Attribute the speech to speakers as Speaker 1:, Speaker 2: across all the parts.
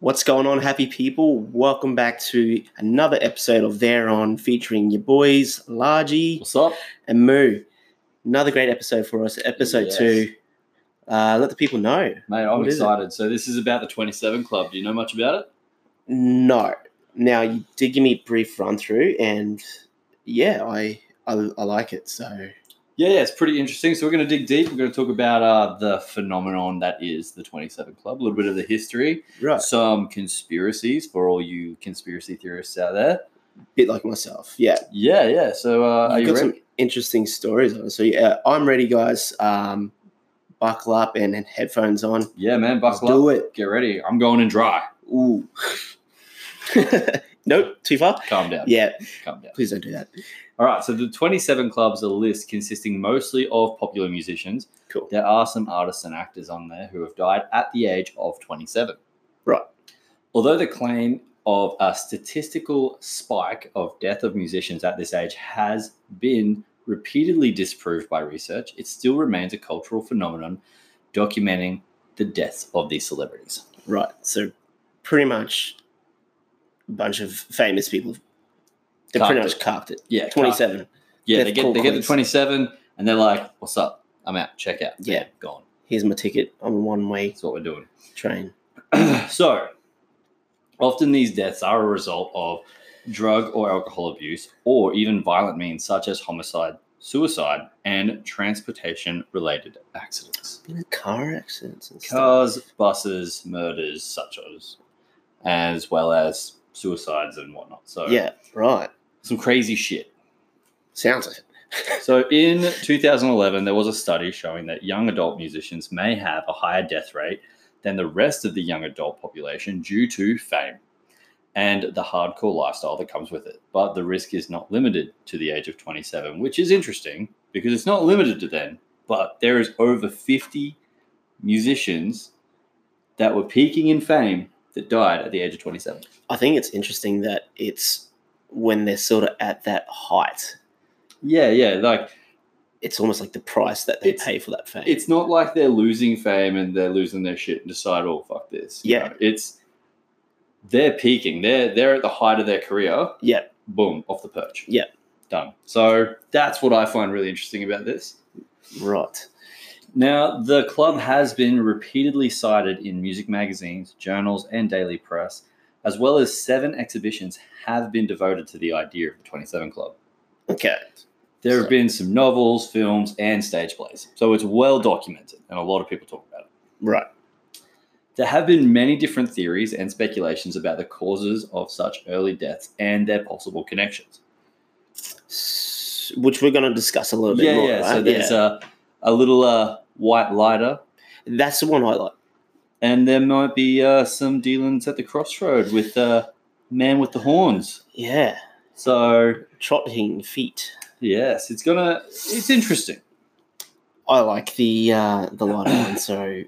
Speaker 1: What's going on, happy people? Welcome back to another episode of There On featuring your boys, Largy
Speaker 2: What's up?
Speaker 1: and Moo. Another great episode for us, episode
Speaker 2: Yes.
Speaker 1: two. Uh, let the people know.
Speaker 2: Mate, I'm
Speaker 1: What is it?
Speaker 2: excited. So this is about the 27 Club. Do you know much about it?
Speaker 1: No. Now, you did give me a brief run through, and yeah, I, I, I like it. So,
Speaker 2: Yeah, yeah, it's pretty interesting. So we're going to dig deep. We're going to talk about uh, the phenomenon that is the 27 Club, a little bit of the history,
Speaker 1: right.
Speaker 2: some conspiracies for all you conspiracy theorists out there.
Speaker 1: bit like myself. Yeah.
Speaker 2: Yeah, yeah. So uh, are
Speaker 1: You've
Speaker 2: you
Speaker 1: got
Speaker 2: ready?
Speaker 1: some interesting stories on it. So, yeah, I'm ready, guys. Um, buckle up and, and headphones on.
Speaker 2: Yeah, man,
Speaker 1: Let's
Speaker 2: buckle
Speaker 1: do
Speaker 2: up.
Speaker 1: it.
Speaker 2: Get ready. I'm going in dry.
Speaker 1: Ooh. nope, too far.
Speaker 2: Calm down.
Speaker 1: Yeah,
Speaker 2: Calm down.
Speaker 1: please don't do that.
Speaker 2: All right, so the 27 clubs are a list consisting mostly of popular musicians.
Speaker 1: Cool.
Speaker 2: There are some artists and actors on there who have died at the age of 27.
Speaker 1: Right.
Speaker 2: Although the claim of a statistical spike of death of musicians at this age has been repeatedly disproved by research, it still remains a cultural phenomenon documenting the deaths of these celebrities.
Speaker 1: Right. So pretty much a bunch of famous people. They
Speaker 2: Carped
Speaker 1: pretty much
Speaker 2: it.
Speaker 1: carped it.
Speaker 2: Yeah,
Speaker 1: 27.
Speaker 2: Yeah, they
Speaker 1: Death
Speaker 2: get
Speaker 1: call
Speaker 2: they get the
Speaker 1: queens.
Speaker 2: 27 and they're like, "What's up? I'm out. Check out."
Speaker 1: Yeah.
Speaker 2: Bam, gone.
Speaker 1: Here's my ticket. I'm a one way
Speaker 2: That's what we're doing.
Speaker 1: train.
Speaker 2: so, often these deaths are a result of drug or alcohol abuse, or even violent means such as homicide, suicide, and transportation related accidents.
Speaker 1: Been in car accidents and stuff.
Speaker 2: Cars, buses, murders, such as, as well as suicides and whatnot. So,
Speaker 1: Yeah, right.
Speaker 2: some crazy shit.
Speaker 1: Sounds like it.
Speaker 2: So, in 2011, there was a study showing that young adult musicians may have a higher death rate than the rest of the young adult population due to fame and the hardcore lifestyle that comes with it. But the risk is not limited to the age of 27, which is interesting because it's not limited to then, but there is over 50 musicians that were peaking in fame that died at the age of 27.
Speaker 1: I think it's interesting that it's when they're sort of at that height.
Speaker 2: Yeah, yeah, like
Speaker 1: It's almost like the price that they
Speaker 2: It's-
Speaker 1: pay for that fame.
Speaker 2: it's not like they're losing fame and they're losing their shit and decide, oh fuck this. you
Speaker 1: Yeah.
Speaker 2: know? it's they're peaking. They're they're at the height of their career.
Speaker 1: yeah,
Speaker 2: Boom, off the perch.
Speaker 1: Yeah.
Speaker 2: done. So that's what I find really interesting about this.
Speaker 1: right.
Speaker 2: Now, the club has been repeatedly cited in music magazines, journals, and daily press, as well as seven exhibitions have been devoted to the idea of the Twenty Seven Club.
Speaker 1: Okay.
Speaker 2: There have
Speaker 1: So-
Speaker 2: been some novels, films, and stage plays, so it's well documented, and a lot of people talk about it.
Speaker 1: Right.
Speaker 2: There have been many different theories and speculations about the causes of such early deaths and their possible connections.
Speaker 1: S- Which we're going to discuss a little bit
Speaker 2: Yeah,
Speaker 1: more.
Speaker 2: yeah.
Speaker 1: Right?
Speaker 2: So there's a, a little uh, white lighter,
Speaker 1: That's the one I like.
Speaker 2: and there might be uh, some dealings at the crossroad with uh, man with the horns.
Speaker 1: Yeah.
Speaker 2: So
Speaker 1: Trotting feet.
Speaker 2: yes, it's gonna. It's interesting.
Speaker 1: I like the uh the lighter one, so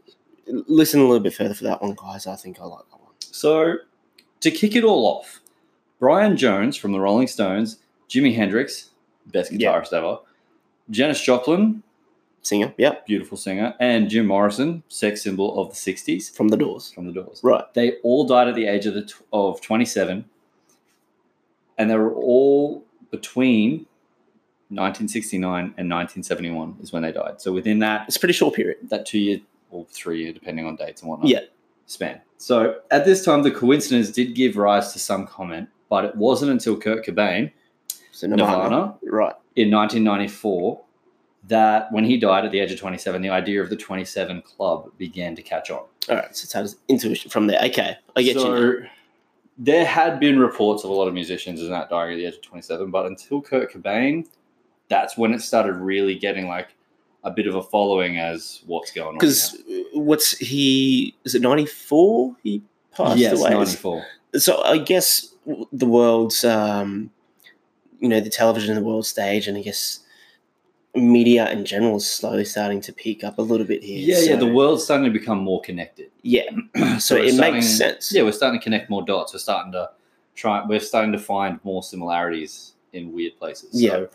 Speaker 1: listen a little bit further for that one, guys. I think I like that one.
Speaker 2: So to kick it all off, Brian Jones from the Rolling Stones, Jimi Hendrix, best
Speaker 1: Yeah.
Speaker 2: guitarist ever, Janis Joplin,
Speaker 1: Singer, yep,
Speaker 2: beautiful singer, and Jim Morrison, sex symbol of the 60s
Speaker 1: from the doors.
Speaker 2: from the Doors.
Speaker 1: Right.
Speaker 2: They all died at the age of the tw- of 27 and they were all between 1969 and 1971 is when they died. So within that
Speaker 1: It's a pretty short period.
Speaker 2: that two year or three year depending on dates and whatnot.
Speaker 1: Yeah.
Speaker 2: Span. So at this time the coincidence did give rise to some comment, but it wasn't until Kurt Cobain,
Speaker 1: So Nirvana.
Speaker 2: Nirvana,
Speaker 1: Right.
Speaker 2: in 1994 that when he died at the age of 27 the idea of the 27 club began to catch on
Speaker 1: All right. So it's had his intuition from there. Okay. I get you. now.
Speaker 2: so there had been reports of a lot of musicians and that dying at the age of 27 but until kurt cobain that's when it started really getting like a bit of a following as what's going on
Speaker 1: Because what's he is it ninety four? He
Speaker 2: now.
Speaker 1: passed
Speaker 2: yes
Speaker 1: away.
Speaker 2: 94
Speaker 1: So I guess the world's um you know, the television and the world stage and I guess media in general is slowly starting to peak up a little bit here.
Speaker 2: yeah yeah
Speaker 1: so-
Speaker 2: the world's starting to become more connected
Speaker 1: Yeah. So
Speaker 2: we're
Speaker 1: it
Speaker 2: starting-
Speaker 1: makes sense.
Speaker 2: yeah we're starting to connect more dots we're starting to try we're starting to find more similarities in weird places
Speaker 1: Yeah.
Speaker 2: So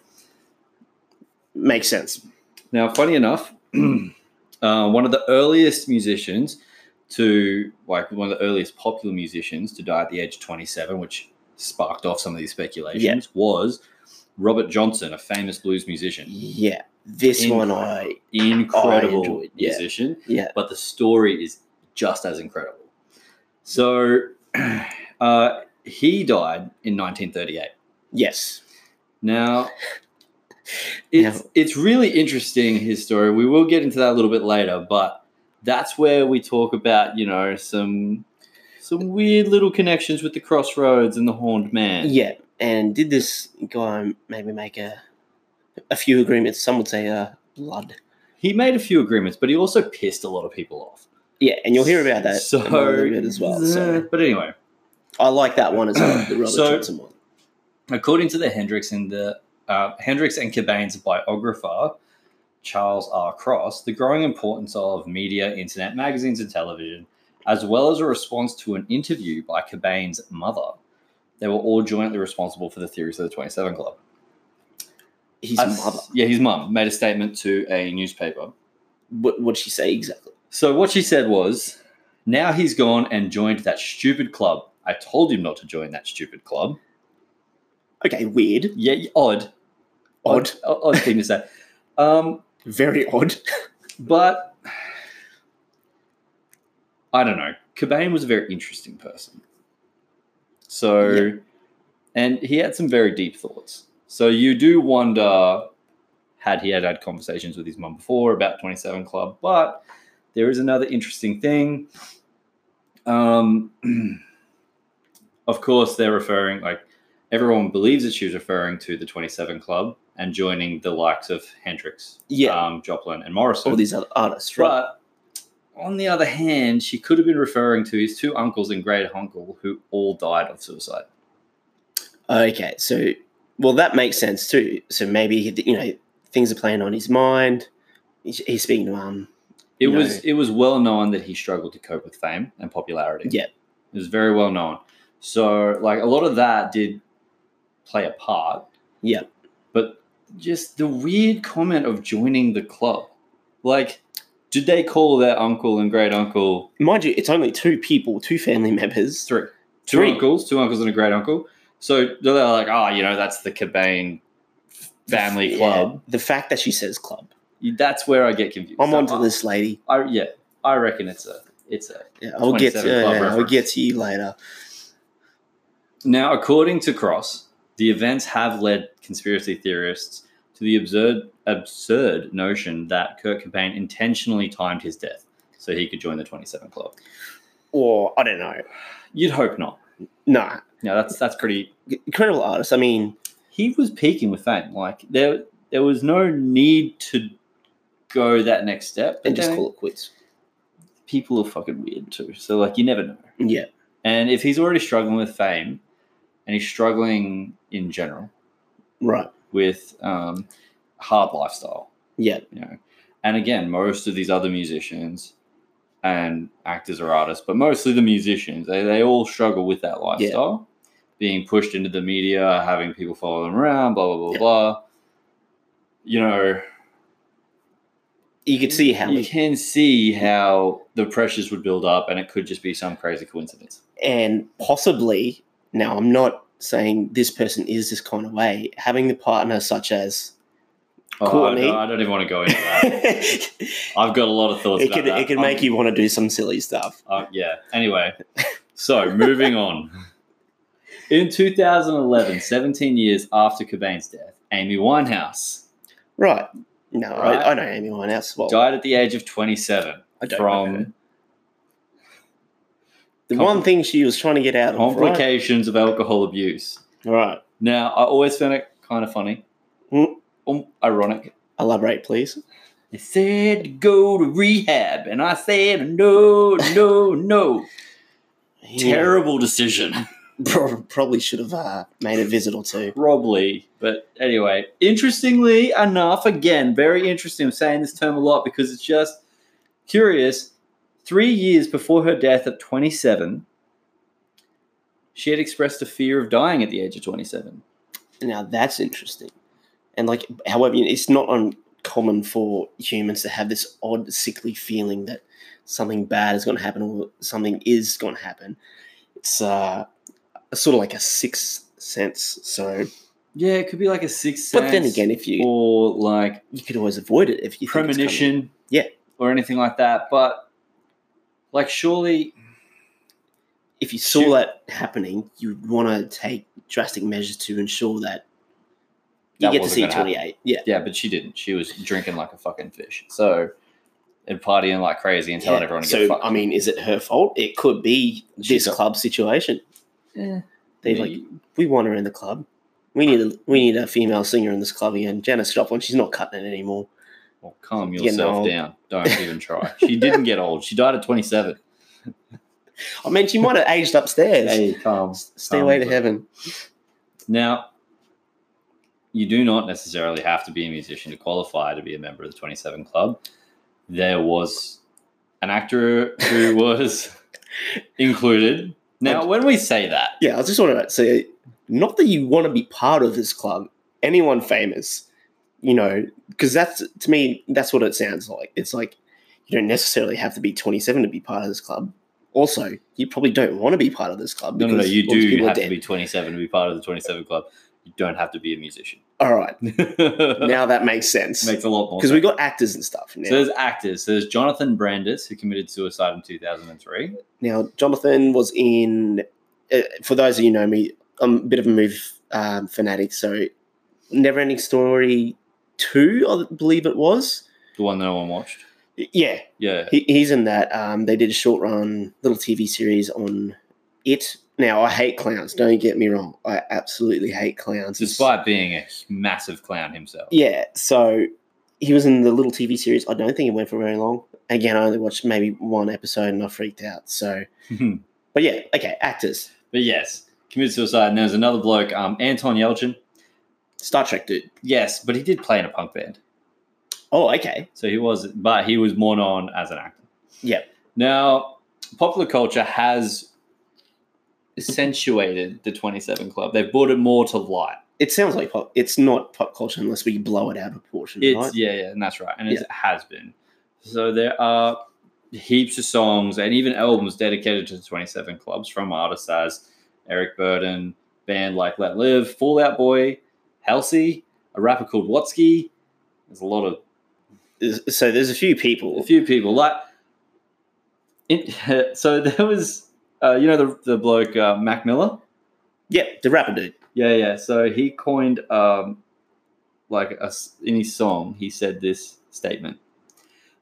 Speaker 1: Makes sense.
Speaker 2: Now, funny enough, uh, one of the earliest musicians to like one of the earliest popular musicians to die at the age of 27, which sparked off some of these speculations, was Robert Johnson, a famous blues musician.
Speaker 1: Yeah, this one I
Speaker 2: Incredible
Speaker 1: I enjoyed, yeah.
Speaker 2: musician
Speaker 1: yeah
Speaker 2: but the story is just as incredible. So uh, he died in 1938.
Speaker 1: yes
Speaker 2: Now, it's, it's really interesting, his story. We will get into that a little bit later, but that's where we talk about, you know, some some weird little connections with the crossroads and the horned man.
Speaker 1: yeah. And did this guy maybe make a a few agreements? Some would say uh, blood.
Speaker 2: He made a few agreements, but he also pissed a lot of people off.
Speaker 1: Yeah, and you'll hear about that a
Speaker 2: so,
Speaker 1: little bit as well. So
Speaker 2: But anyway,
Speaker 1: I like that one as well, the Robert
Speaker 2: So-
Speaker 1: Johnson one.
Speaker 2: According to the Hendrix and the uh, Hendrix and Cobain's biographer Charles R. Cross, the growing importance of media, internet magazines, and television, as well as a response to an interview by Cobain's mother, they were all jointly responsible for the theories of the Twenty Seven Club.
Speaker 1: His
Speaker 2: As-
Speaker 1: mother.
Speaker 2: yeah, his mum made a statement to a newspaper.
Speaker 1: What would she say exactly?
Speaker 2: So what she said was, "Now he's gone and joined that stupid club. I told him not to join that stupid club.
Speaker 1: Okay, weird,
Speaker 2: Yeah, odd,
Speaker 1: odd,
Speaker 2: odd, odd thing to say." Um,
Speaker 1: very odd.
Speaker 2: But I don't know. Cobain was a very interesting person. So,
Speaker 1: Yeah.
Speaker 2: and he had some very deep thoughts. So you do wonder had he had had conversations with his mum before about 27 Club. But there is another interesting thing. Um, of course, they're referring, like, everyone believes that she was referring to the 27 Club and joining the likes of Hendrix
Speaker 1: Yeah,
Speaker 2: um, Joplin and Morrison.
Speaker 1: all these other artists, right?
Speaker 2: but on the other hand, she could have been referring to his two uncles and great uncle who all died of suicide.
Speaker 1: Okay, so well that makes sense too. So maybe he- you know things are playing on his mind. He's, he's speaking to um.
Speaker 2: It
Speaker 1: No.
Speaker 2: was it was well known that he struggled to cope with fame and popularity.
Speaker 1: Yeah.
Speaker 2: It was very well known. So like a lot of that did play a part.
Speaker 1: Yeah.
Speaker 2: But just the weird comment of joining the club. Like, did they call their uncle and great uncle
Speaker 1: Mind you, it's only two people, two family members.
Speaker 2: three? two
Speaker 1: Three.
Speaker 2: uncles, two uncles and a great uncle. So they're like, oh, you know, that's the Cobain family
Speaker 1: Yeah,
Speaker 2: club.
Speaker 1: The fact that she says club,
Speaker 2: That's where I get confused.
Speaker 1: I'm
Speaker 2: So
Speaker 1: onto
Speaker 2: I-
Speaker 1: this lady.
Speaker 2: I, yeah, I reckon it's a it's a
Speaker 1: Yeah, I'll get
Speaker 2: 27
Speaker 1: to,
Speaker 2: club
Speaker 1: uh, I'll
Speaker 2: reference.
Speaker 1: get to you later.
Speaker 2: Now, according to Cross, the events have led conspiracy theorists to the absurd, absurd notion that Kurt Cobain intentionally timed his death so he could join the 27 Club.
Speaker 1: Or I don't know.
Speaker 2: You'd hope not.
Speaker 1: Nah,
Speaker 2: Now, that's that's pretty.
Speaker 1: incredible artist. I mean,
Speaker 2: He was peaking with fame. Like there, there was no need to go that next step. But
Speaker 1: and just
Speaker 2: then
Speaker 1: call it quits.
Speaker 2: people are fucking weird too. So like, you never know.
Speaker 1: Yeah,
Speaker 2: And if he's already struggling with fame, and he's struggling in general
Speaker 1: right.
Speaker 2: with um, hard lifestyle.
Speaker 1: Yeah,
Speaker 2: you know. And again, most of these other musicians and actors or artists, but mostly the musicians, they, they all struggle with that lifestyle. Being pushed into the media, having people follow them around, blah blah blah
Speaker 1: Yeah.
Speaker 2: blah. You know,
Speaker 1: you could see how,
Speaker 2: you can see how the pressures would build up, and it could just be some crazy coincidence.
Speaker 1: and possibly now I'm not saying this person is this kind of way. Having the partner such as
Speaker 2: Oh,
Speaker 1: Courtney?
Speaker 2: I, don't- I don't even want to go into that.
Speaker 1: it
Speaker 2: I've got a lot of thoughts. about
Speaker 1: could
Speaker 2: that.
Speaker 1: it could
Speaker 2: I'm-
Speaker 1: make you want to do some silly stuff.
Speaker 2: Uh, yeah. Anyway, so moving on. In 2011, 17 years after Cobain's death, Amy Winehouse
Speaker 1: Right. No,
Speaker 2: Right.
Speaker 1: I, I know Amy Winehouse. Well,
Speaker 2: died at the age of 27
Speaker 1: I don't know her.
Speaker 2: from
Speaker 1: the
Speaker 2: compli-
Speaker 1: one thing she was trying to get out of. Right.
Speaker 2: complications of alcohol abuse.
Speaker 1: right.
Speaker 2: Now, I always found it kind of funny,
Speaker 1: Mm.
Speaker 2: um, ironic.
Speaker 1: Elaborate, please.
Speaker 2: They said to go to rehab, and I said no, no, no.
Speaker 1: Hmm. Yeah,
Speaker 2: Terrible decision.
Speaker 1: pro- probably should have uh, made a visit or two.
Speaker 2: Probably. But anyway, interestingly enough, again, very interesting. I'm saying this term a lot because it's just curious. Three years before her death at 27, she had expressed a fear of dying at the age of 27.
Speaker 1: Now that's interesting. And like, however, you know, it's not uncommon for humans to have this odd, sickly feeling that something bad is going to happen or something is going to happen. It's uh, sort of like a sixth sense. So,
Speaker 2: Yeah, it could be like a sixth sense.
Speaker 1: but then again, if you
Speaker 2: or like
Speaker 1: you could always avoid it if you think it's coming.
Speaker 2: premonition,
Speaker 1: Yeah.
Speaker 2: or anything like that. But like, surely,
Speaker 1: if you saw
Speaker 2: Shoot.
Speaker 1: that happening, you'd want to take drastic measures to ensure that you
Speaker 2: That
Speaker 1: get to
Speaker 2: wasn't
Speaker 1: see
Speaker 2: gonna happen.
Speaker 1: 28. Yeah.
Speaker 2: yeah, but she didn't. She was drinking like a fucking fish. So and partying like crazy and telling
Speaker 1: Yeah.
Speaker 2: everyone to
Speaker 1: so,
Speaker 2: get fucked.
Speaker 1: I mean, is it her fault? It could be
Speaker 2: She's
Speaker 1: this
Speaker 2: got-
Speaker 1: club situation.
Speaker 2: Yeah.
Speaker 1: They like we want her in the club. We need a we need a female singer in this club again. Janice Joplin, she's not cutting it anymore.
Speaker 2: well, calm
Speaker 1: you
Speaker 2: yourself
Speaker 1: know.
Speaker 2: down. Don't even try. She didn't get old. She died at 27.
Speaker 1: I mean, she might have aged upstairs.
Speaker 2: calm.
Speaker 1: Stay away to
Speaker 2: calm.
Speaker 1: heaven.
Speaker 2: Now, you do not necessarily have to be a musician to qualify to be a member of the 27 Club. There was an actor who was included. Now, when we say that,
Speaker 1: Yeah, I was just wondering. So, not that you want to be part of this club. Anyone famous, you know, because that's to me that's what it sounds like. It's like you don't necessarily have to be 27 to be part of this club. Also, you probably don't want to be part of this club.
Speaker 2: no, no, no,
Speaker 1: because
Speaker 2: you
Speaker 1: all these
Speaker 2: do
Speaker 1: people are
Speaker 2: have to
Speaker 1: dead.
Speaker 2: be 27 to be part of the 27 Club. You don't have to be a musician.
Speaker 1: All right,
Speaker 2: now,
Speaker 1: now that makes sense
Speaker 2: makes a lot more
Speaker 1: because
Speaker 2: sense.
Speaker 1: we got actors and stuff. Now.
Speaker 2: so there's actors. There's Jonathan Brandis, who committed suicide in 2003.
Speaker 1: Now, Jonathan was in. Uh, for those of you who know me, I'm a bit of a move um, fanatic, so Neverending Story two, I believe it was.
Speaker 2: The one that no one watched.
Speaker 1: Y- Yeah,
Speaker 2: Yeah.
Speaker 1: he, he's in that. Um, they did a short run little TV series on it. Now, I hate clowns. Don't get me wrong. I absolutely hate clowns. It's-
Speaker 2: Despite being a massive clown himself.
Speaker 1: yeah, so he was in the little TV series. I don't think it went for very long. Again, I only watched maybe one episode and I freaked out. So, but yeah, okay, actors.
Speaker 2: But yes, committed suicide. And there's another bloke, um, Anton Yelchin.
Speaker 1: Star Trek dude.
Speaker 2: Yes, but he did play in a punk band.
Speaker 1: Oh, okay.
Speaker 2: So he was, but he was more known as an actor.
Speaker 1: Yep.
Speaker 2: Now, popular culture has accentuated the 27 Club. They've brought it more to light.
Speaker 1: It sounds like pop. It's not pop culture unless we blow it out of proportion,
Speaker 2: It's,
Speaker 1: right?
Speaker 2: yeah, yeah, and that's right. And it has been. So there are heaps of songs and even albums dedicated to the 27 Clubs from artists as Eric Burden, band like Let Live, Fallout Boy, Halsey, a rapper called Watsky. There's a lot of
Speaker 1: Is- So there's a few people.
Speaker 2: a few people like it, so there was uh, you know the, the bloke uh, mac miller
Speaker 1: Yep, the rapper dude.
Speaker 2: yeah yeah so he coined um, like a s in his song he said this statement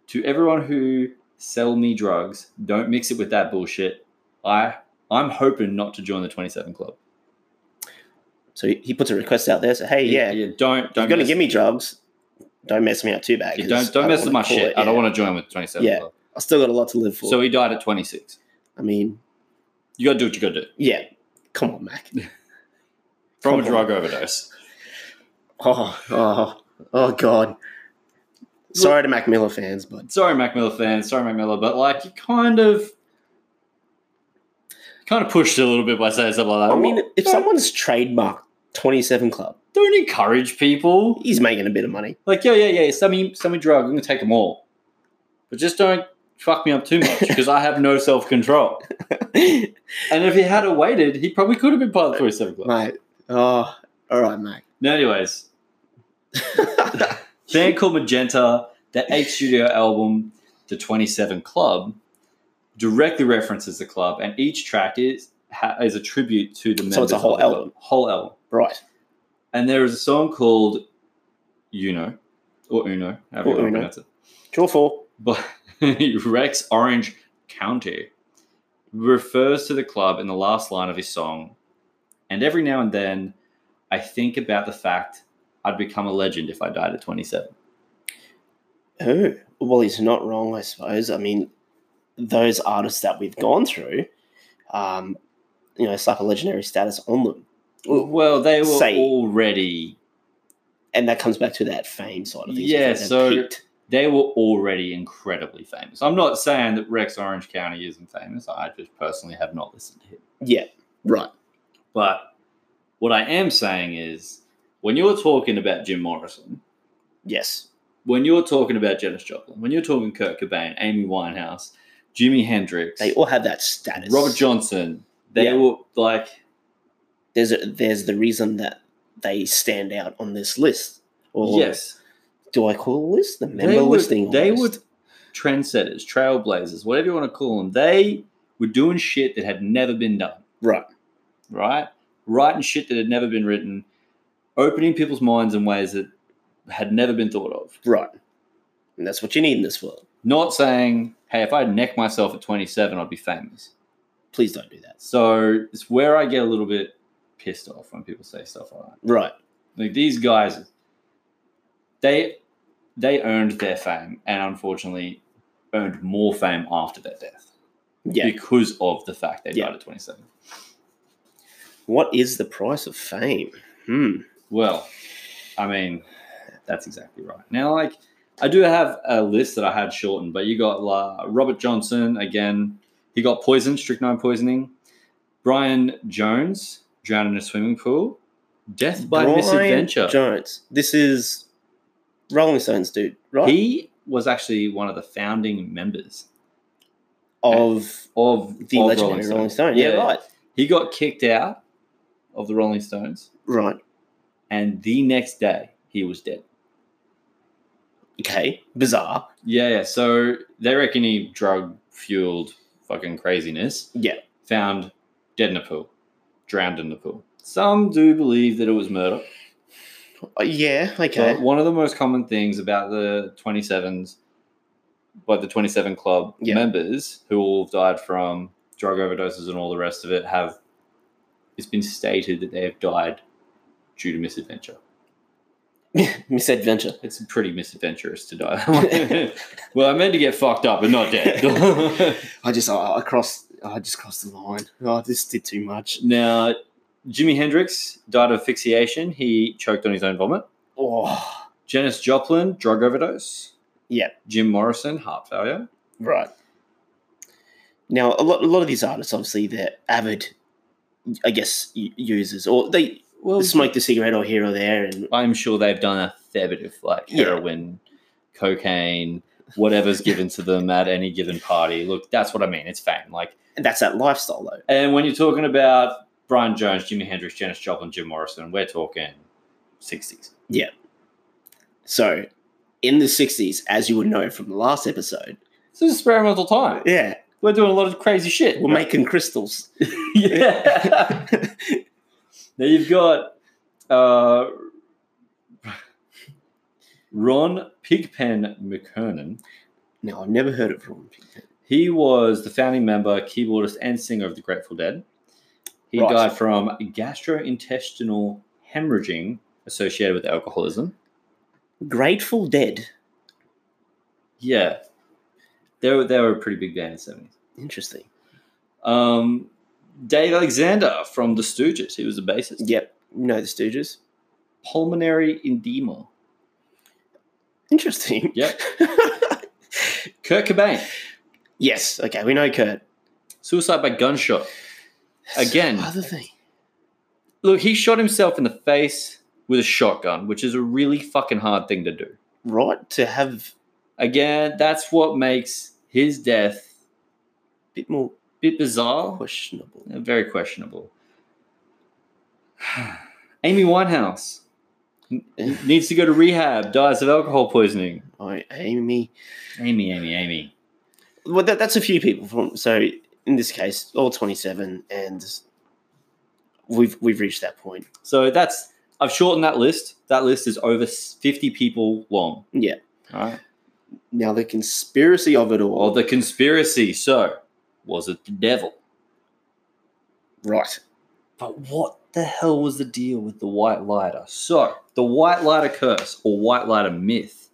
Speaker 2: to everyone who sell me drugs don't mix it with that bullshit i i'm hoping not to join the 27 club
Speaker 1: So he- he puts a request out there. So hey, yeah,
Speaker 2: yeah don't
Speaker 1: you're
Speaker 2: don't
Speaker 1: gonna
Speaker 2: mess,
Speaker 1: give me drugs. Don't mess me up too bad.
Speaker 2: yeah,
Speaker 1: 'cause
Speaker 2: don't, don't
Speaker 1: I
Speaker 2: mess
Speaker 1: wanna
Speaker 2: with my
Speaker 1: call
Speaker 2: shit
Speaker 1: it-
Speaker 2: i don't
Speaker 1: yeah.
Speaker 2: want to join with the 27
Speaker 1: Yeah.
Speaker 2: club
Speaker 1: I still got a lot to live for.
Speaker 2: so he died at 26
Speaker 1: I mean,
Speaker 2: you gotta do what you gotta do
Speaker 1: yeah. Come on, Mac.
Speaker 2: from a
Speaker 1: Come on.
Speaker 2: drug overdose
Speaker 1: Oh, oh, oh, God. Sorry to Mac Miller fans, but
Speaker 2: sorry, Mac Miller fans, sorry, Mac Miller, but like you kind of kind of pushed a little bit by saying something like that.
Speaker 1: I mean, if
Speaker 2: don't,
Speaker 1: someone's trademarked 27 Club,
Speaker 2: don't encourage people,
Speaker 1: he's making a bit of money.
Speaker 2: like yeah, yeah, yeah, sell me, sell me drug, I'm gonna take them all, but just don't fuck me up too much because I have no self control. And if he had a waited, he probably could have been part of the 27 Club.
Speaker 1: Mate. Oh, all right, Mac.
Speaker 2: Now, anyways, band called Magenta, their eighth studio album, The 27 Club, directly references the club, and each track is ha- is a tribute to the members.
Speaker 1: So it's a whole
Speaker 2: of the club.
Speaker 1: album.
Speaker 2: Whole album.
Speaker 1: right.
Speaker 2: And there is a song called Uno, or Uno, however
Speaker 1: Or
Speaker 2: you want to
Speaker 1: Uno.
Speaker 2: pronounce it,
Speaker 1: Draw four.
Speaker 2: but Rex Orange County refers to the club in the last line of his song. And every now and then, I think about the fact I'd become a legend if I died at 27.
Speaker 1: Oh, well, he's not wrong, I suppose. I mean, those artists that we've gone through, um, you know, slap a legendary status on them. Well,
Speaker 2: Well, they were
Speaker 1: say-
Speaker 2: already
Speaker 1: And that comes back to that fame side of things.
Speaker 2: Yeah,
Speaker 1: They've
Speaker 2: so-
Speaker 1: peaked.
Speaker 2: they were already incredibly famous. I'm not saying that Rex Orange County isn't famous. I just personally have not listened to him.
Speaker 1: Yeah, right.
Speaker 2: But what I am saying is when you're talking about Jim Morrison,
Speaker 1: Yes.
Speaker 2: when you're talking about Janis Joplin, when you're talking Kurt Cobain, Amy Winehouse, Jimi Hendrix,
Speaker 1: They all have that status.
Speaker 2: Robert Johnson. They
Speaker 1: Yeah.
Speaker 2: were like,
Speaker 1: there's a, there's the reason that they stand out on this list. Or
Speaker 2: yes,
Speaker 1: do I call a list the member
Speaker 2: they were,
Speaker 1: listing?
Speaker 2: they were
Speaker 1: almost.
Speaker 2: trendsetters, trailblazers, whatever you want to call them. They were doing shit that had never been done.
Speaker 1: right.
Speaker 2: right? Writing shit that had never been written, opening people's minds in ways that had never been thought of.
Speaker 1: Right. And that's what you need in this world.
Speaker 2: Not saying, hey, if I neck myself at 27, I'd be famous.
Speaker 1: Please don't do that.
Speaker 2: So it's where I get a little bit pissed off when people say stuff like that.
Speaker 1: Right.
Speaker 2: Like these guys, they they earned their fame and unfortunately earned more fame after their death
Speaker 1: Yeah.
Speaker 2: because of the fact they
Speaker 1: Yeah.
Speaker 2: died at 27.
Speaker 1: What is the price of fame? Hmm.
Speaker 2: Well, I mean, that's exactly right. Now, like, I do have a list that I had shortened, but you got uh, Robert Johnson again. He got poisoned, strychnine poisoning. Brian Jones drowned in a swimming pool. Death by
Speaker 1: Brian
Speaker 2: misadventure.
Speaker 1: Jones. This is Rolling Stones, dude. Right.
Speaker 2: He was actually one of the founding members
Speaker 1: of
Speaker 2: of
Speaker 1: the
Speaker 2: of
Speaker 1: legendary Rolling Stone. Yeah, Oh, Right.
Speaker 2: He got kicked out of the Rolling Stones,
Speaker 1: Right.
Speaker 2: and the next day he was dead.
Speaker 1: Okay. Bizarre.
Speaker 2: Yeah, yeah. So they reckon he drug fueled fucking craziness.
Speaker 1: Yeah.
Speaker 2: Found dead in a pool, drowned in the pool. Some do believe that it was murder.
Speaker 1: Uh, yeah. Okay.
Speaker 2: But one of the most common things about the 27s, like the 27 Club
Speaker 1: Yeah.
Speaker 2: members who all died from drug overdoses and all the rest of it, have it's been stated that they have died due to misadventure.
Speaker 1: Misadventure.
Speaker 2: It's pretty misadventurous to die. well, I meant to get fucked up and not dead.
Speaker 1: I just I, I crossed I just crossed the line. Oh, this did too much.
Speaker 2: Now, Jimi Hendrix died of asphyxiation. He choked on his own vomit.
Speaker 1: Oh,
Speaker 2: Janis Joplin, drug overdose.
Speaker 1: Yeah.
Speaker 2: Jim Morrison, heart failure.
Speaker 1: right. Now, a lot, a lot of these artists, obviously, they're avid, I guess, u- users, or they
Speaker 2: Well,
Speaker 1: smoked a cigarette or here or there, and
Speaker 2: I'm sure they've done a fair bit of like
Speaker 1: Yeah.
Speaker 2: heroin, cocaine, whatever's given to them at any given party. Look, that's what I mean. It's fame. Like,
Speaker 1: and that's that lifestyle, though.
Speaker 2: and when you're talking about Brian Jones, Jimi Hendrix, Janis Joplin, Jim Morrison, we're talking 60s.
Speaker 1: So, in the '60s, as you would know from the last episode,
Speaker 2: This is experimental time.
Speaker 1: yeah,
Speaker 2: We're doing a lot of crazy shit.
Speaker 1: we're making crystals.
Speaker 2: yeah. now you've got uh, Ron Pigpen McKernan.
Speaker 1: Now, I've never heard of Ron Pinkman.
Speaker 2: He was the founding member, keyboardist, and singer of the Grateful Dead. He
Speaker 1: Right.
Speaker 2: died from gastrointestinal hemorrhaging associated with alcoholism.
Speaker 1: Grateful Dead.
Speaker 2: Yeah, they were they were a pretty big band in the seventies.
Speaker 1: Interesting.
Speaker 2: Um, Dave Alexander from the Stooges. He was the bassist.
Speaker 1: Yep, you know the Stooges.
Speaker 2: Pulmonary edema.
Speaker 1: Interesting.
Speaker 2: Yep. Kurt Cobain.
Speaker 1: yes. Okay, we know Kurt.
Speaker 2: Suicide by gunshot. Again.
Speaker 1: Other thing.
Speaker 2: Look, he shot himself in the face with a shotgun, which is a really fucking hard thing to do.
Speaker 1: Right to have
Speaker 2: Again, that's what makes his death
Speaker 1: a bit more
Speaker 2: a bit bizarre,
Speaker 1: questionable.
Speaker 2: and very questionable. Amy Winehouse n- needs to go to rehab, dies of alcohol poisoning.
Speaker 1: I Amy.
Speaker 2: Amy, Amy, Amy.
Speaker 1: Well, that, that's a few people from. So in this case, all twenty-seven, and we've we've reached that point.
Speaker 2: So that's I've shortened that list. That list is over s- 50 people long.
Speaker 1: Yeah.
Speaker 2: All right.
Speaker 1: Now the conspiracy of it all.
Speaker 2: Well, the conspiracy. So, was it the devil?
Speaker 1: right.
Speaker 2: But what the hell was the deal with the white lighter? So, the white lighter curse or white lighter myth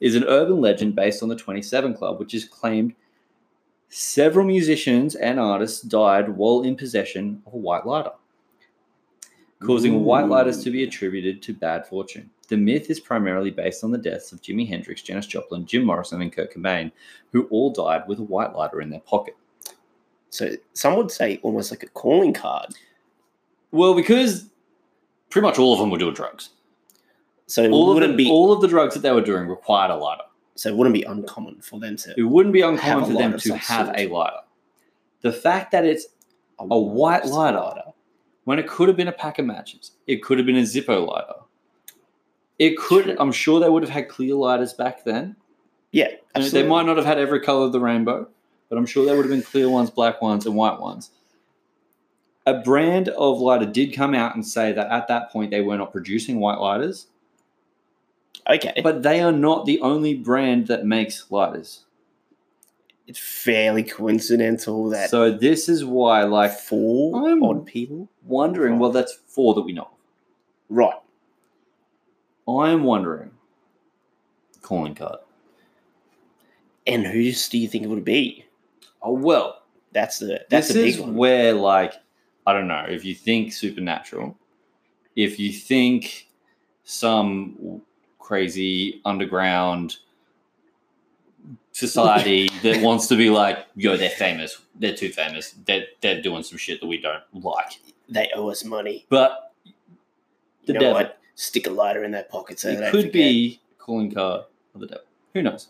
Speaker 2: is an urban legend based on the 27 Club, which is claimed several musicians and artists died while in possession of a white lighter, causing white lighters to be attributed to bad fortune. The myth is primarily based on the deaths of Jimi Hendrix, Janis Joplin, Jim Morrison, and Kurt Cobain, who all died with a white lighter in their pocket.
Speaker 1: So some would say almost like a calling card.
Speaker 2: Well, because pretty much all of them were doing drugs.
Speaker 1: So
Speaker 2: all of
Speaker 1: wouldn't
Speaker 2: them,
Speaker 1: be
Speaker 2: all of the drugs that they were doing required a lighter.
Speaker 1: So it wouldn't be uncommon for them to
Speaker 2: It wouldn't be
Speaker 1: Have
Speaker 2: uncommon
Speaker 1: a
Speaker 2: for
Speaker 1: lighter
Speaker 2: them
Speaker 1: of
Speaker 2: to
Speaker 1: some
Speaker 2: have
Speaker 1: sort.
Speaker 2: a lighter. The fact that it's a white light lighter when it could have been a pack of matches. It could have been a Zippo lighter. It could,
Speaker 1: True.
Speaker 2: I'm sure they would have had clear lighters back then.
Speaker 1: Yeah,
Speaker 2: And
Speaker 1: absolutely.
Speaker 2: They might not have had every color of the rainbow, but I'm sure there would have been clear ones, black ones, and white ones. A brand of lighter did come out and say that at that point they were not producing white lighters,
Speaker 1: Okay,
Speaker 2: but they are not the only brand that makes lighters.
Speaker 1: it's fairly coincidental that
Speaker 2: So this is why, like,
Speaker 1: like 4
Speaker 2: I'm-
Speaker 1: odd people,
Speaker 2: wondering. Well, that's four that we know.
Speaker 1: right?
Speaker 2: of. I'm wondering. Calling card.
Speaker 1: And whose do you think it would be?
Speaker 2: Oh well,
Speaker 1: That's the that's
Speaker 2: this
Speaker 1: a big
Speaker 2: is
Speaker 1: one.
Speaker 2: where like I don't know if you think supernatural, if you think some w- crazy underground society that wants to be like, yo, they're famous, they're too famous, they're they're doing some shit that we don't like,
Speaker 1: they owe us money.
Speaker 2: but
Speaker 1: You
Speaker 2: the
Speaker 1: know
Speaker 2: devil.
Speaker 1: what? Stick a lighter in their pocket so they
Speaker 2: it
Speaker 1: don't
Speaker 2: could
Speaker 1: forget.
Speaker 2: be calling card of the devil. Who knows?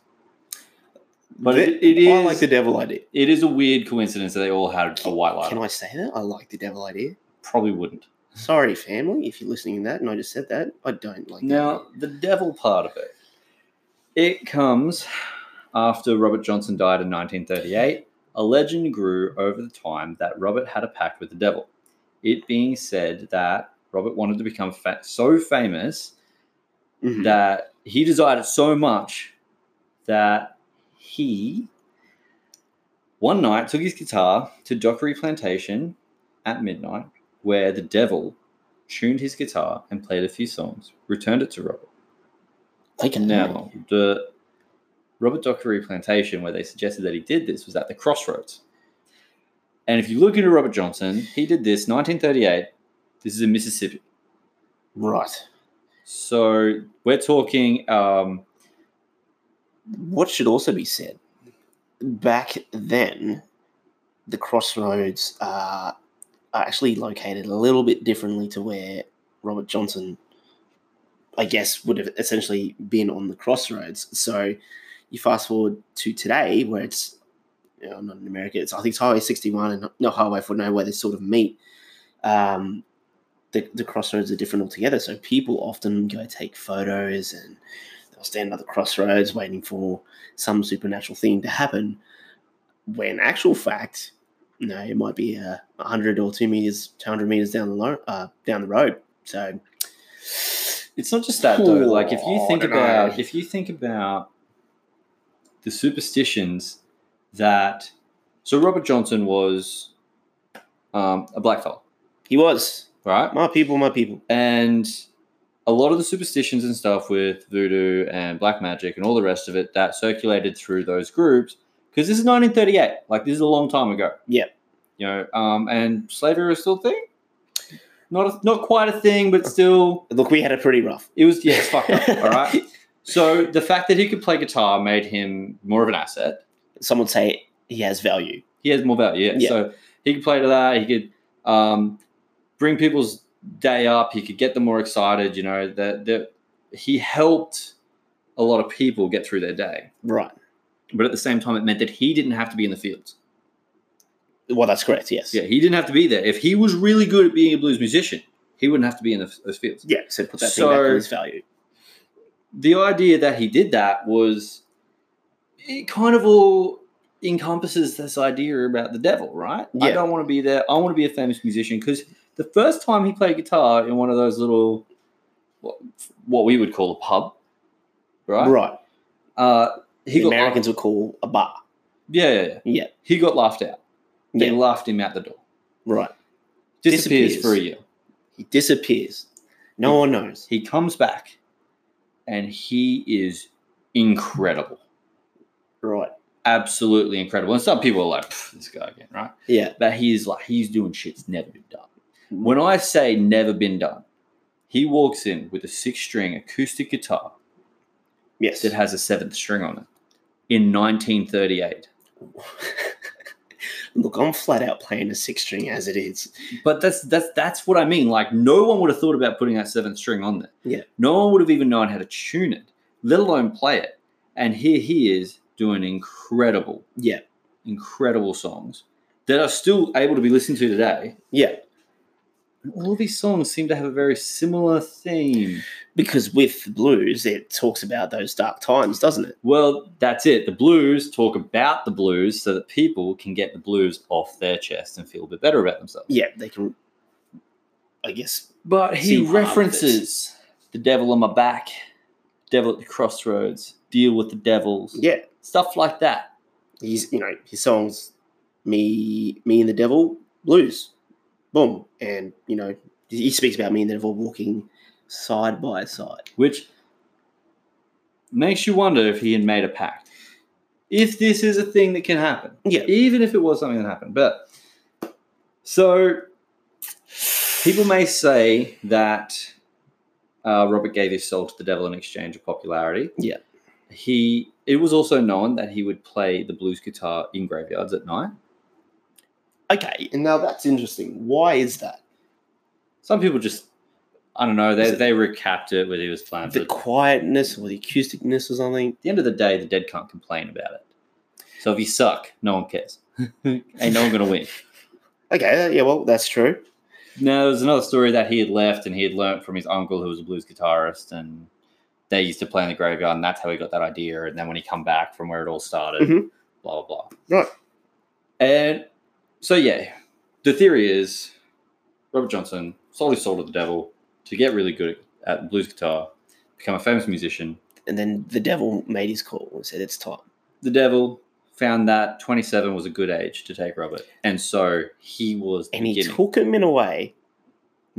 Speaker 2: But
Speaker 1: The-
Speaker 2: it, it is
Speaker 1: I like the devil idea.
Speaker 2: it is a weird coincidence that they all had a white light.
Speaker 1: Can
Speaker 2: on.
Speaker 1: I say that? I like the devil idea.
Speaker 2: Probably wouldn't.
Speaker 1: Sorry, family, if you're listening to that and I just said that, I don't like
Speaker 2: Now the devil part of it, it comes after Robert Johnson died in 1938. A legend grew over the time that Robert had a pact with the devil. It being said that Robert wanted to become fa- so famous
Speaker 1: that. Mhm.
Speaker 2: that he desired it so much that he one night took his guitar to Dockery Plantation at midnight, where the devil tuned his guitar and played a few songs, returned it to Robert.
Speaker 1: Like a
Speaker 2: Now, the Robert Dockery Plantation, where they suggested that he did this, was at the crossroads. And if you look into Robert Johnson, he did this 1938. This is in Mississippi.
Speaker 1: Right.
Speaker 2: So we're talking um,
Speaker 1: What should also be said back then, the crossroads are, are actually located a little bit differently to where Robert Johnson, I guess, would have essentially been on the crossroads. So you fast forward to today, where it's you know, not in America, it's I think it's Highway 61 and not Highway 49 where they sort of meet. Um, the, the crossroads are different altogether. So people often go take photos and they'll stand at the crossroads waiting for some supernatural thing to happen. When actual fact, no, it might be uh, 100 or 2 meters, 200 meters down the, lo- uh, down the road. So
Speaker 2: It's not just that though.
Speaker 1: Oh,
Speaker 2: Like if you
Speaker 1: I
Speaker 2: think
Speaker 1: dunno.
Speaker 2: about if you think about the superstitions that so Robert Johnson was um, a black fella,
Speaker 1: he was.
Speaker 2: right?
Speaker 1: My people, my people.
Speaker 2: And a lot of the superstitions and stuff with voodoo and black magic and all the rest of it that circulated through those groups because this is 1938. Like this is a long time ago.
Speaker 1: Yeah.
Speaker 2: You know, um, and slavery was still a thing. Not a, not quite a thing, but still
Speaker 1: Look, we had it pretty rough.
Speaker 2: it was yeah, it's fucked up. All right. So the fact that he could play guitar made him more of an asset.
Speaker 1: Some would say he has value.
Speaker 2: He has more value. Yeah.
Speaker 1: Yeah.
Speaker 2: So he could play to that. He could um, bring people's day up. He could get them more excited. You know that that he helped a lot of people get through their day.
Speaker 1: Right.
Speaker 2: But at the same time, it meant that he didn't have to be in the fields.
Speaker 1: Well, that's correct, yes.
Speaker 2: Yeah, he didn't have to be there. If he was really good at being a blues musician, he wouldn't have to be in the, those fields.
Speaker 1: Yeah, so put that
Speaker 2: So-
Speaker 1: thing back on his value.
Speaker 2: the idea that he did that was it kind of all encompasses this idea about the devil, right? I
Speaker 1: Yeah.
Speaker 2: don't want to be there. I want to be a famous musician because the first time he played guitar in one of those little what, what we would call a pub, right?
Speaker 1: Right.
Speaker 2: Uh, he
Speaker 1: the
Speaker 2: got
Speaker 1: Americans would call a bar.
Speaker 2: yeah, yeah, yeah,
Speaker 1: Yeah.
Speaker 2: He got laughed out. They
Speaker 1: Yeah.
Speaker 2: laughed him out the door.
Speaker 1: Right.
Speaker 2: Disappears,
Speaker 1: Disappears.
Speaker 2: for a year.
Speaker 1: He disappears. No one knows.
Speaker 2: He comes back, and he is incredible,
Speaker 1: Right.
Speaker 2: absolutely incredible. And some people are like, "Pff, "This guy again," right?
Speaker 1: Yeah.
Speaker 2: that he's like he's doing shit's never been done.
Speaker 1: Hmm.
Speaker 2: When I say never been done, he walks in with a six string acoustic guitar
Speaker 1: Yes.
Speaker 2: that has a seventh string on it in 1938.
Speaker 1: Look, I'm flat out playing a six string as it is.
Speaker 2: But that's that's that's what I mean. Like no one would have thought about putting that seventh string on there.
Speaker 1: Yeah.
Speaker 2: No one would have even known how to tune it, let alone play it. And here he is doing incredible,
Speaker 1: Yeah.
Speaker 2: incredible songs that are still able to be listened to today.
Speaker 1: Yeah.
Speaker 2: And all of these songs seem to have a very similar theme.
Speaker 1: Because with the blues, it talks about those dark times, doesn't it?
Speaker 2: Well, that's it. The blues talk about the blues so that people can get the blues off their chest and feel a bit better about themselves.
Speaker 1: Yeah, they can. I guess.
Speaker 2: But he
Speaker 1: See,
Speaker 2: references the devil on my back, devil at the crossroads, deal with the devils,
Speaker 1: Yeah,
Speaker 2: stuff like that.
Speaker 1: he's you know his songs, me, me and the devil, blues, boom, and you know he he speaks about me and the devil walking side by side.
Speaker 2: Which makes you wonder if he had made a pact. If this is a thing that can happen,
Speaker 1: Yeah,
Speaker 2: even if it was something that happened. But so people may say that uh, Robert gave his soul to the devil in exchange of popularity.
Speaker 1: Yeah.
Speaker 2: He it was also known that he would play the blues guitar in graveyards at night.
Speaker 1: okay, and now that's interesting. Why is that?
Speaker 2: Some people just, I don't know,
Speaker 1: Is
Speaker 2: they,
Speaker 1: it-
Speaker 2: they recapped it whether he was playing.
Speaker 1: The
Speaker 2: The, at
Speaker 1: quietness or the acousticness or something.
Speaker 2: the end of the day, the dead can't complain about it. So if you suck, no one cares. Ain't no one gonna win.
Speaker 1: Okay, uh, yeah, well that's true.
Speaker 2: No, there's another story that he had left and he had learnt from his uncle who was a blues guitarist and they used to play in the graveyard and that's how he got that idea. And then when he come back from where it all started,
Speaker 1: Mhm.
Speaker 2: blah blah blah.
Speaker 1: Right.
Speaker 2: And so yeah, the theory is Robert Johnson sold his soul to the devil to get really good at blues guitar, become a famous musician.
Speaker 1: And then the devil made his call and said it's time.
Speaker 2: The devil found that 27 was a good age to take Robert, and so he was the
Speaker 1: and he
Speaker 2: beginning.
Speaker 1: took him in a way.
Speaker 2: oh,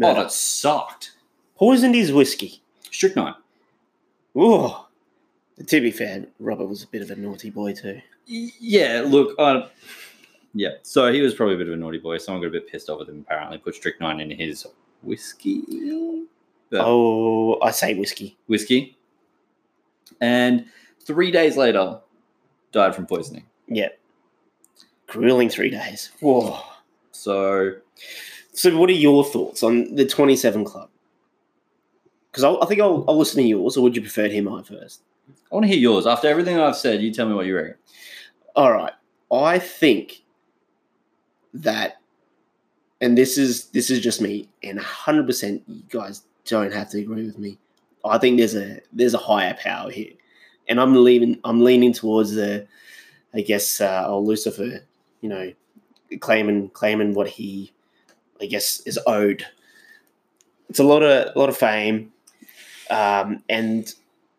Speaker 1: murder,
Speaker 2: that sucked.
Speaker 1: poisoned his whiskey.
Speaker 2: Strychnine.
Speaker 1: Ooh. To be fair, Robert was a bit of a naughty boy too.
Speaker 2: Y- Yeah, look, I, yeah. So he was probably a bit of a naughty boy. Someone got a bit pissed off with him. Apparently, put strychnine in his whiskey, Yeah.
Speaker 1: Oh, I say whiskey.
Speaker 2: whiskey, and three days later, died from poisoning.
Speaker 1: Yeah. Grueling three days. Whoa.
Speaker 2: So
Speaker 1: So, what are your thoughts on the 27 Club? Because I think I'll, I'll listen to yours, or would you prefer to hear mine first?
Speaker 2: I want to hear yours. After everything I've said, you tell me what you reckon.
Speaker 1: All right. I think that, and this is this is just me, and 100% you guys don't have to agree with me. I think there's a there's a higher power here, and I'm leaning I'm leaning towards the, I guess, uh, oh, Lucifer, you know, claiming claiming what he, I guess, is owed. It's a lot of a lot of fame, um, and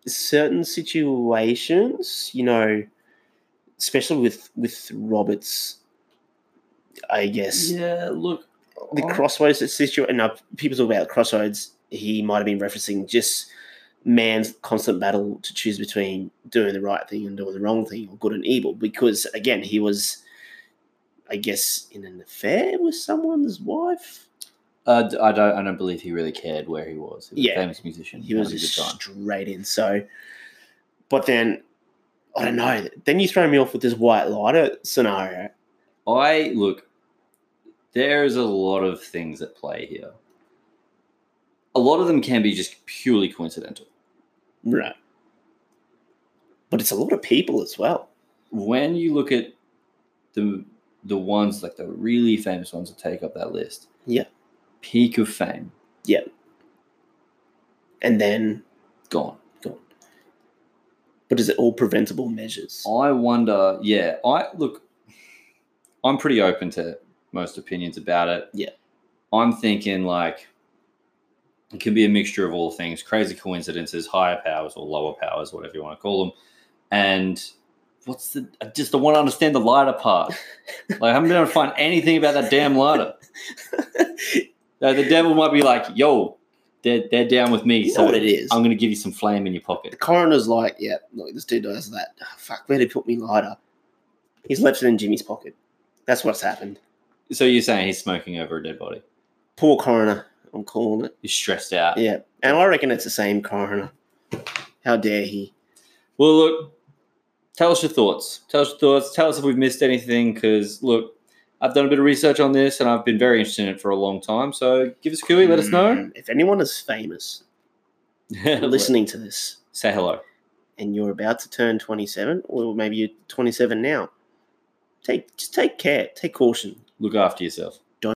Speaker 1: certain situations, you know, especially with with Roberts, I guess
Speaker 2: Yeah, look,
Speaker 1: the
Speaker 2: I-
Speaker 1: crossroads situation. Now, uh, people talk about crossroads. He might have been referencing just man's constant battle to choose between doing the right thing and doing the wrong thing, or good and evil. Because again, he was, I guess, in an affair with someone's wife.
Speaker 2: Uh, d- I don't. I don't believe he really cared where he was. He was
Speaker 1: Yeah.
Speaker 2: a famous musician.
Speaker 1: He was
Speaker 2: Had a good time.
Speaker 1: straight in. So, but then I don't know. Then you throw me off with this white lighter scenario.
Speaker 2: I look, there's a lot of things at play here. A lot of them can be just purely coincidental.
Speaker 1: Right. But it's a lot of people as well.
Speaker 2: When you look at the the ones like the really famous ones that take up that list,
Speaker 1: Yeah.
Speaker 2: peak of fame
Speaker 1: And then,
Speaker 2: gone.
Speaker 1: but is it all preventable measures?
Speaker 2: I wonder. Yeah, I look. I'm pretty open to most opinions about it.
Speaker 1: Yeah.
Speaker 2: I'm thinking like it can be a mixture of all things: crazy coincidences, higher powers or lower powers, whatever you want to call them. And what's the? I just don't want to understand the lighter part. like I haven't been able to find anything about that damn lighter. Now, the devil might be like, "Yo, they're they're down with me,
Speaker 1: You know
Speaker 2: so
Speaker 1: what it is.
Speaker 2: I'm going to give you some flame in your pocket."
Speaker 1: the coroner's like, yeah, look, this dude does that. Ah, Fuck, where'd he put me lighter? He's left it in Jimmy's pocket. That's what's happened.
Speaker 2: So you're saying he's smoking over a dead body?
Speaker 1: Poor coroner, I'm calling it.
Speaker 2: He's stressed out.
Speaker 1: Yeah. And I reckon it's the same coroner. How dare he?
Speaker 2: Well, look, tell us your thoughts. Tell us your thoughts. Tell us if we've missed anything. Because look, I've done a bit of research on this, and I've been very interested in it for a long time. So give us a cooey. Let us know.
Speaker 1: Mm, If anyone is famous
Speaker 2: Let-
Speaker 1: listening to this,
Speaker 2: Say hello.
Speaker 1: and you're about to turn 27, or maybe you're 27 now, take just take care, take caution.
Speaker 2: Look after yourself.